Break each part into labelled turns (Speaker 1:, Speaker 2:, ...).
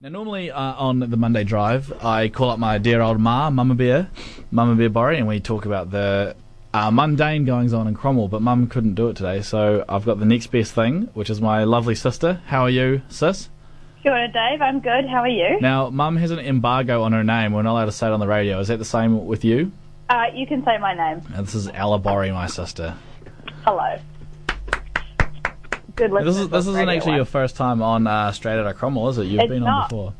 Speaker 1: Now, normally uh, on the Monday drive, I call up my dear old ma, Mama Bear, Mama Bear Borry, and we talk about the uh, mundane goings on in Cromwell. But Mum couldn't do it today, so I've got the next best thing, which is my lovely sister. How are you, sis?
Speaker 2: Kia ora, Dave. I'm good. How are you?
Speaker 1: Now, Mum has an embargo on her name. We're not allowed to say it on the radio. Is that the same with you?
Speaker 2: Uh, you can say my name.
Speaker 1: Now, this is Ella Borry, my sister.
Speaker 2: Hello. Good
Speaker 1: Now,
Speaker 2: listener.
Speaker 1: This is this isn't
Speaker 2: Radio
Speaker 1: actually your
Speaker 2: One.
Speaker 1: first time on uh, Straight Outta Cromwell, is it? You've
Speaker 2: It's
Speaker 1: been on
Speaker 2: not.
Speaker 1: before.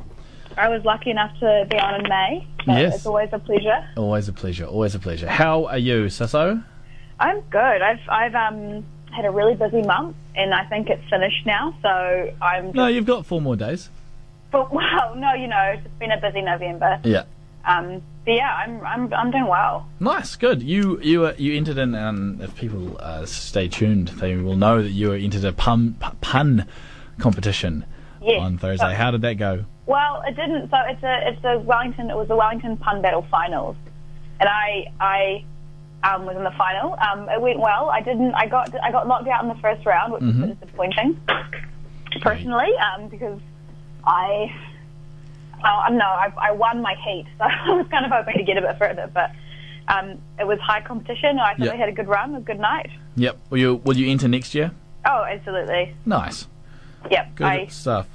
Speaker 2: I was lucky enough to be on in May. So
Speaker 1: Yes.
Speaker 2: It's always a pleasure.
Speaker 1: Always a pleasure. Always a pleasure. How are you, Sisso?
Speaker 2: I'm good. I've I've um had a really busy month, and I think it's finished now. So I'm. Just,
Speaker 1: No, you've got four more days.
Speaker 2: But wow, no, you know, it's been a busy November.
Speaker 1: Yeah.
Speaker 2: Um. But yeah, I'm I'm I'm doing well.
Speaker 1: Nice, good. You you uh, you entered in, and if people uh, stay tuned, they will know that you entered a pun pu- pun competition
Speaker 2: Yes.
Speaker 1: on Thursday. How did that go?
Speaker 2: Well, it didn't. So it's a it's a Wellington. It was the Wellington Pun Battle Finals, and I I um, was in the final. Um, it went well. I didn't. I got I got knocked out in the first round, which
Speaker 1: Mm-hmm.
Speaker 2: was a bit disappointing, personally, um, because I I I don't know. I, I won my heat, so I was kind of hoping to get a bit further, but um, it was high competition. and I thought
Speaker 1: Yeah.
Speaker 2: I had a good run, a good night.
Speaker 1: Yep. Will you will you enter next year?
Speaker 2: Oh, absolutely.
Speaker 1: Nice,
Speaker 2: Yep.
Speaker 1: good
Speaker 2: I,
Speaker 1: stuff.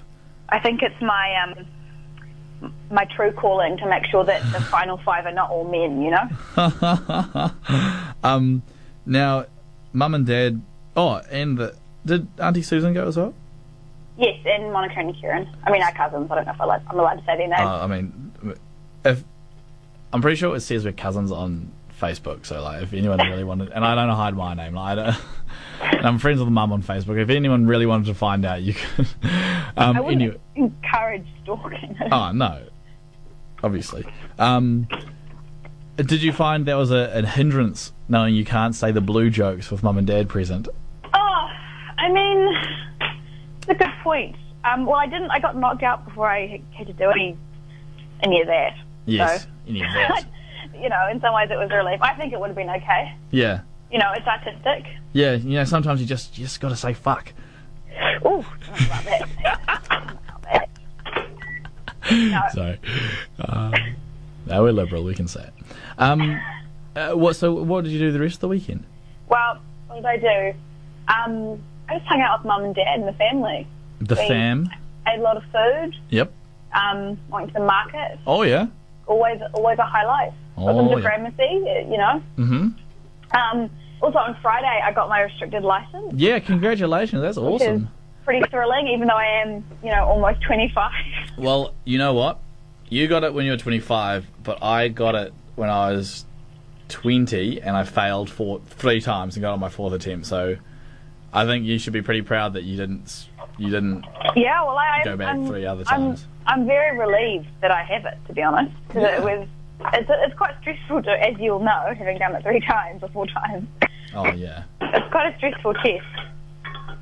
Speaker 2: I think it's my um, my true calling to make sure that the final five are not all men. You know.
Speaker 1: Um, now, mum and dad. Oh, and the did Auntie Susan go as well?
Speaker 2: Yes, and Monica and Kieran. I mean, our cousins. I don't know if I like, I'm allowed to say their names.
Speaker 1: Uh, I mean, if I'm pretty sure it says we're cousins on Facebook. So like, if anyone really wanted, and I don't hide my name, like, I don't, and I'm friends with mum on Facebook. If anyone really wanted to find out, you could. Um,
Speaker 2: I wouldn't
Speaker 1: anyway-
Speaker 2: encourage stalking.
Speaker 1: oh no, obviously. Um, did you find that was a, a hindrance knowing you can't say the blue jokes with mum and dad present?
Speaker 2: Oh, I mean, it's a good point. Um, well, I didn't. I got knocked out before I had to do any any of that.
Speaker 1: Yes,
Speaker 2: So,
Speaker 1: any of that.
Speaker 2: you know, in some ways, it was a relief. I think it would have been okay.
Speaker 1: Yeah,
Speaker 2: You know, it's artistic.
Speaker 1: yeah. You know, sometimes you just you just got to say fuck.
Speaker 2: Ooh, I don't know about that.
Speaker 1: So, uh, no, we're liberal. We can say it. Um, uh, what? So, what did you do the rest of the weekend?
Speaker 2: Well, what did I do? Um, I just hung out with mum and dad and the family.
Speaker 1: The
Speaker 2: We-
Speaker 1: fam.
Speaker 2: Ate a lot of food.
Speaker 1: Yep.
Speaker 2: Um, went to the market.
Speaker 1: Oh yeah.
Speaker 2: Always, always a highlight. Welcome
Speaker 1: Oh,
Speaker 2: to
Speaker 1: yeah.
Speaker 2: Gramercy, you know.
Speaker 1: hmm
Speaker 2: Um, also on Friday, I got my restricted license,
Speaker 1: Yeah. Congratulations. That's
Speaker 2: which
Speaker 1: awesome.
Speaker 2: is pretty thrilling. Even though I am, you know, almost 25.
Speaker 1: Well, you know what? You got it when you were 25, but I got it when I was 20, and I failed four three times and got on my fourth attempt. So, I think you should be pretty proud that you didn't. s- You didn't.
Speaker 2: yeah, well, I
Speaker 1: Go back
Speaker 2: I'm,
Speaker 1: three other
Speaker 2: I'm-
Speaker 1: times.
Speaker 2: I'm, very relieved that I have it, to be honest, because
Speaker 1: Yeah.
Speaker 2: it was. It's, it's quite stressful, to, as you'll know, having done it three times or four times.
Speaker 1: Oh yeah.
Speaker 2: It's quite a stressful test. I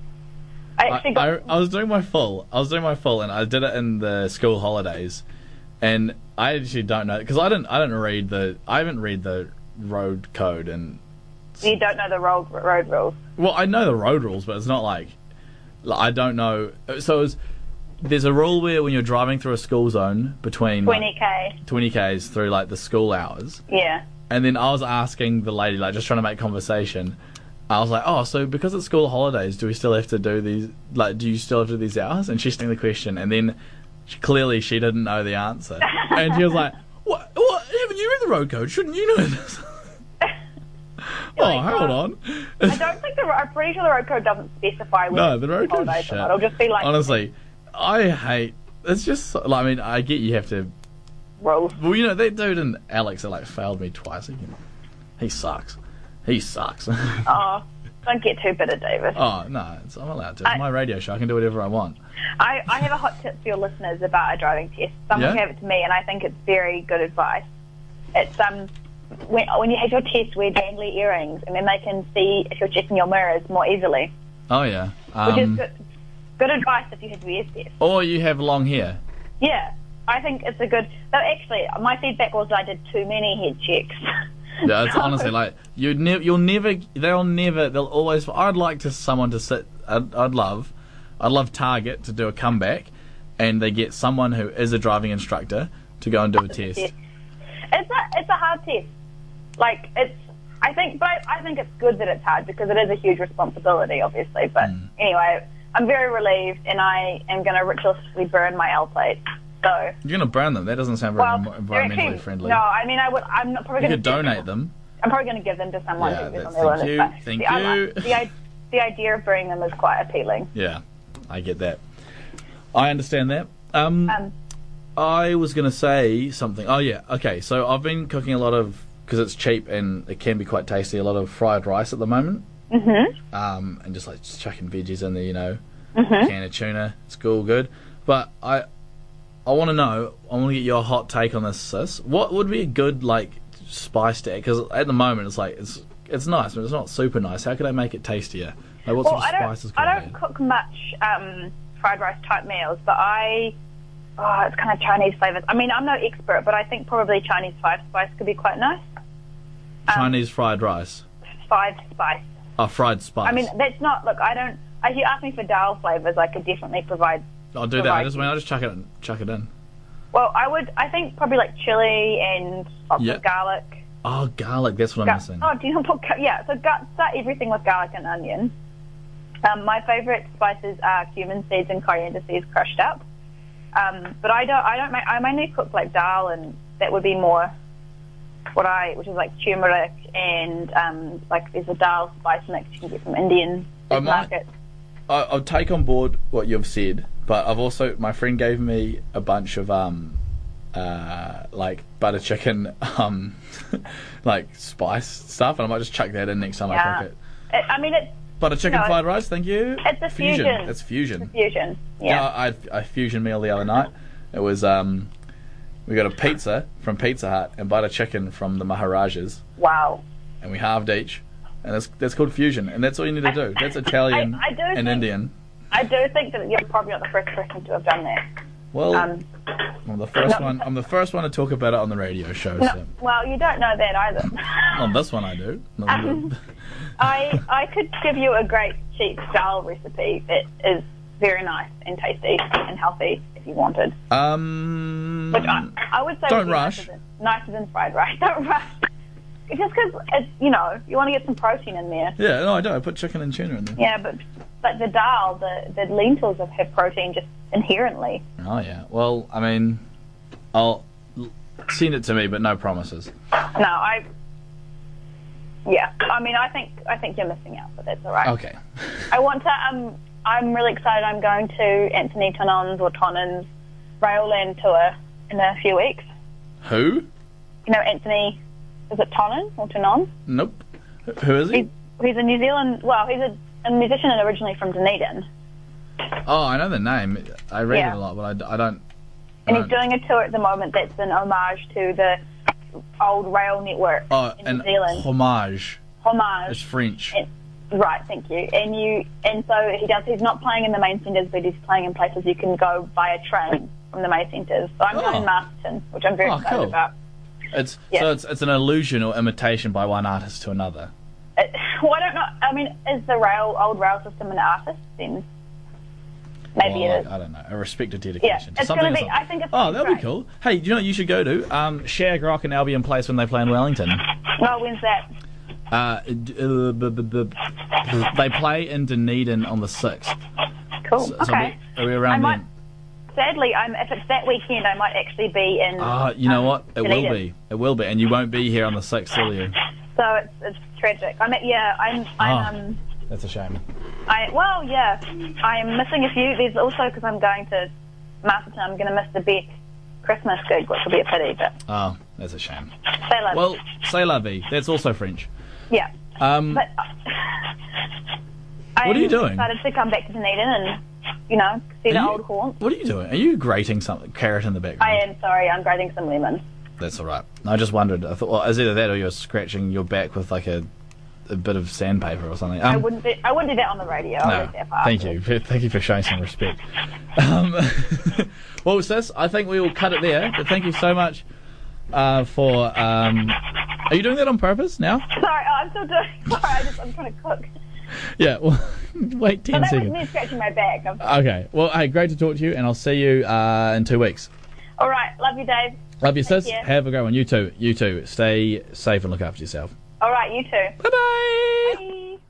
Speaker 1: I,
Speaker 2: actually got.
Speaker 1: I, I was doing my full. I was doing my full, and I did it in the school holidays. And I actually don't know because I didn't. I didn't read the. I haven't read the road code, and
Speaker 2: you don't know the road road rules.
Speaker 1: well, I know the road rules, but it's not like, like I don't know. So it was, there's a rule where when you're driving through a school zone between
Speaker 2: Twenty k.
Speaker 1: twenty k's through like the school hours,
Speaker 2: Yeah.
Speaker 1: and then I was asking the lady, like just trying to make conversation. I was like, oh, so because it's school holidays, do we still have to do these? Like, do you still have to do these hours? And she's asking the question, and then she, clearly she didn't know the answer, and she was like, what? What? Haven't you read the road code? Shouldn't you know this? oh,
Speaker 2: like,
Speaker 1: hold
Speaker 2: "Oh,
Speaker 1: on.
Speaker 2: I don't think the ro- I'm pretty sure the road code doesn't specify whether
Speaker 1: no,
Speaker 2: it's
Speaker 1: the road code.
Speaker 2: holidays or
Speaker 1: Shit.
Speaker 2: not. It'll just be like
Speaker 1: honestly, I hate. It's just so- like I mean, I get you have to.
Speaker 2: rules.
Speaker 1: Well, you know that dude and Alex that like failed me twice again. He sucks. He sucks.
Speaker 2: Oh, don't get too bitter, Davis.
Speaker 1: Oh no, it's, I'm allowed to. It's
Speaker 2: I-
Speaker 1: my radio show. I can do whatever I want.
Speaker 2: I, I have a hot tip for your listeners about a driving test. Someone
Speaker 1: Yeah?
Speaker 2: gave it to me, and I think it's very good advice. It's um when when you have your test, wear dangly earrings, and then they can see if you're checking your mirrors more easily,
Speaker 1: Oh yeah.
Speaker 2: which is
Speaker 1: Um,
Speaker 2: good, good advice if you have your test.
Speaker 1: or you have long hair.
Speaker 2: Yeah, I think it's a good. Though actually, my feedback was I did too many head checks.
Speaker 1: Yeah, it's
Speaker 2: So-
Speaker 1: honestly like you. Ne- you'll never. They'll never. They'll always. I'd like to someone to sit. I'd, I'd love. I'd love Target to do a comeback, and they get someone who is a driving instructor to go and do a test.
Speaker 2: Yeah. It's a it's a hard test. Like it's I think but I, I think it's good that it's hard because it is a huge responsibility obviously. But
Speaker 1: Mm.
Speaker 2: anyway, I'm very relieved and I am gonna ritualistically burn my L plate. So
Speaker 1: You're gonna burn them. That doesn't sound very
Speaker 2: well,
Speaker 1: envi-
Speaker 2: they're
Speaker 1: environmentally
Speaker 2: actually-
Speaker 1: friendly.
Speaker 2: No, I mean I would I'm not probably
Speaker 1: you
Speaker 2: gonna
Speaker 1: could
Speaker 2: give
Speaker 1: donate them.
Speaker 2: I'm probably gonna give them to someone
Speaker 1: Yeah,
Speaker 2: who's
Speaker 1: that's-
Speaker 2: on their
Speaker 1: thank
Speaker 2: list.
Speaker 1: you,
Speaker 2: But
Speaker 1: thank
Speaker 2: the, I
Speaker 1: you.
Speaker 2: like- the, i- the idea of burning them is quite appealing.
Speaker 1: Yeah, I get that. I understand that. Um,
Speaker 2: Um,
Speaker 1: I was gonna say something. Oh yeah, okay. So I've been cooking a lot of because it's cheap and it can be quite tasty. A lot of fried rice at the moment. Mm-hmm. Um, and just like just chucking veggies in there, you know,
Speaker 2: Mm-hmm.
Speaker 1: can of tuna. It's cool, good. But I, I want to know. I want to get your hot take on this, sis. What would be a good like spice to add? Because at the moment it's like it's it's nice, but it's not super nice. How could I make it tastier? Like what
Speaker 2: well,
Speaker 1: sort of
Speaker 2: I
Speaker 1: spices
Speaker 2: don't
Speaker 1: could I,
Speaker 2: I don't cook much um, fried rice type meals, but I oh, it's kind of Chinese flavors. I mean, I'm no expert, but I think probably Chinese five spice could be quite nice. um,
Speaker 1: add? Chinese fried rice.
Speaker 2: Five spice.
Speaker 1: Oh, fried spice.
Speaker 2: I mean, that's not look. I don't. If you ask me for dal flavors, I could definitely provide.
Speaker 1: I'll do that. I
Speaker 2: Right.
Speaker 1: just, I mean, I'll just chuck it, chuck it in.
Speaker 2: Well, I would. I think probably like chili and lots
Speaker 1: Yeah.
Speaker 2: of garlic.
Speaker 1: Oh, garlic. That's what I'm
Speaker 2: Gar-
Speaker 1: missing.
Speaker 2: oh, do you not put? Gar- yeah, so gar- start everything with garlic and onion. Um, my favorite spices are cumin seeds and coriander seeds crushed up. Um, but I don't. I don't. ma- I mainly cook like dal, and that would be more what I, which is like turmeric and um, like there's a dal spice mix you can get from Indian
Speaker 1: I might-
Speaker 2: market.
Speaker 1: I, I'll take on board what you've said, but I've also my friend gave me a bunch of um, uh, like butter chicken um, like spice stuff, and I might just chuck that in next time I
Speaker 2: Yeah.
Speaker 1: cook it.
Speaker 2: It, I mean, it's
Speaker 1: Butter chicken
Speaker 2: No,
Speaker 1: fried rice. Thank you.
Speaker 2: it's a fusion.
Speaker 1: That's fusion.
Speaker 2: fusion.
Speaker 1: Yeah,
Speaker 2: Yeah.
Speaker 1: I had a fusion meal the other night. It was um, we got a pizza from Pizza Hut and butter chicken from the Maharajas,
Speaker 2: Wow.
Speaker 1: and we halved each, and that's that's called fusion, and that's all you need to do. That's Italian
Speaker 2: I- I do
Speaker 1: and
Speaker 2: think-
Speaker 1: Indian.
Speaker 2: I do think that you're probably not the first person to have done that.
Speaker 1: Well,
Speaker 2: Um,
Speaker 1: I'm the first one. I'm the first one to talk about it on the radio show. So.
Speaker 2: no, well, you don't know that either.
Speaker 1: On this one, I do.
Speaker 2: Um, I I could give you a great cheap dal recipe that is very nice and tasty and healthy if you wanted.
Speaker 1: um,
Speaker 2: Which I, I would say
Speaker 1: Don't
Speaker 2: would be
Speaker 1: rush.
Speaker 2: Nicer than, nicer than fried rice. Don't rush. It's Just because it's you know you want to get some protein in there.
Speaker 1: yeah, no, I do. I put chicken and tuna in there.
Speaker 2: Yeah, but but the dal, the the lentils have, have protein just inherently.
Speaker 1: Oh yeah. Well, I mean, I'll send it to me, but no promises.
Speaker 2: No, I. Yeah, I mean, I think I think you're missing out, but that's all right.
Speaker 1: Okay.
Speaker 2: I want to. Um, I'm really excited. I'm going to Anthony Tonnon's or Tonnon's Railland tour in a few weeks.
Speaker 1: Who?
Speaker 2: You know, Anthony, is it Tonnen or Tonon?
Speaker 1: Nope. Who is
Speaker 2: He's,
Speaker 1: he?
Speaker 2: he's a New Zealand. Well, he's a, a musician and originally from Dunedin,
Speaker 1: Oh, I know the name. I read
Speaker 2: Yeah.
Speaker 1: it a lot, but I d- I, don't.
Speaker 2: and
Speaker 1: Right.
Speaker 2: he's doing a tour at the moment that's an homage to the old rail network
Speaker 1: Oh,
Speaker 2: in
Speaker 1: and
Speaker 2: New Zealand.
Speaker 1: homage.
Speaker 2: homage.
Speaker 1: It's French.
Speaker 2: And- Right, thank you. And you, and so he does. He's not playing in the main centres, but he's playing in places you can go by a train from the main centres. So I'm
Speaker 1: Oh.
Speaker 2: going to Masterton, which I'm very
Speaker 1: Oh,
Speaker 2: excited
Speaker 1: cool.
Speaker 2: about.
Speaker 1: It's
Speaker 2: yeah.
Speaker 1: so it's it's an illusion or imitation by one artist to another.
Speaker 2: It, well, I Uh, don't know. I mean, is the rail old rail system an artist? Then maybe
Speaker 1: Well,
Speaker 2: it is.
Speaker 1: I, I don't know. I respect a dedication.
Speaker 2: Yeah,
Speaker 1: to
Speaker 2: it's
Speaker 1: something
Speaker 2: gonna
Speaker 1: or
Speaker 2: be-
Speaker 1: something.
Speaker 2: I think it's
Speaker 1: Oh,
Speaker 2: gonna be
Speaker 1: that'll be
Speaker 2: great.
Speaker 1: cool. Hey, do you know what you should go to? Um, Shag Rock and Albion Place when they play in Wellington.
Speaker 2: Well, when's that?
Speaker 1: Uh, d- uh, b- b- b- they play in Dunedin on the sixth.
Speaker 2: Cool.
Speaker 1: So, so
Speaker 2: okay.
Speaker 1: we, are we
Speaker 2: I
Speaker 1: around
Speaker 2: might.
Speaker 1: then?
Speaker 2: Sadly, I'm. If it's that weekend, I might actually be in.
Speaker 1: Ah, you know
Speaker 2: um,
Speaker 1: what? It will
Speaker 2: Dunedin.
Speaker 1: be. It will be, and you won't be here on the sixth, will you?
Speaker 2: So it's, it's tragic. I'm. At, yeah, I'm. I'm.
Speaker 1: Ah.
Speaker 2: Um,
Speaker 1: That's a shame.
Speaker 2: I well, yeah, I'm missing a few. There's also because I'm going to Masterton, I'm going to miss the Beck Christmas gig, which will be a pity. But
Speaker 1: Oh, that's a shame.
Speaker 2: say love.
Speaker 1: Well, say la vie. That's also French.
Speaker 2: yeah,
Speaker 1: Um,
Speaker 2: but I'm
Speaker 1: What are you doing?
Speaker 2: Excited to come back to Dunedin and you know see
Speaker 1: are
Speaker 2: the
Speaker 1: you-
Speaker 2: old haunts.
Speaker 1: what are you doing? Are you grating something? Carrot in the background.
Speaker 2: I am sorry, I'm grating some lemons.
Speaker 1: That's all right. I just wondered. I thought, well, it's either that or you're scratching your back with like a, a bit of sandpaper or something. Um,
Speaker 2: I wouldn't do. I wouldn't do that on the radio. I'll leave that for
Speaker 1: thank
Speaker 2: afterwards.
Speaker 1: you. Thank you for showing some respect. Um, well, sis, I think we will cut it there. But thank you so much uh, for. Um, are you doing that on purpose now?
Speaker 2: Sorry, oh, I'm still doing. Sorry, I just I'm trying to cook.
Speaker 1: Yeah, well, wait 10
Speaker 2: But that was
Speaker 1: seconds.
Speaker 2: me scratching my back. I'm-
Speaker 1: Okay, well, hey, great to talk to you, and I'll see you uh, in two weeks.
Speaker 2: All right, love you, Dave.
Speaker 1: Love you,
Speaker 2: Thank
Speaker 1: sis.
Speaker 2: you.
Speaker 1: Have a great one. You too. You too. Stay safe and look after yourself.
Speaker 2: All right, you too.
Speaker 1: Bye bye.
Speaker 2: Bye.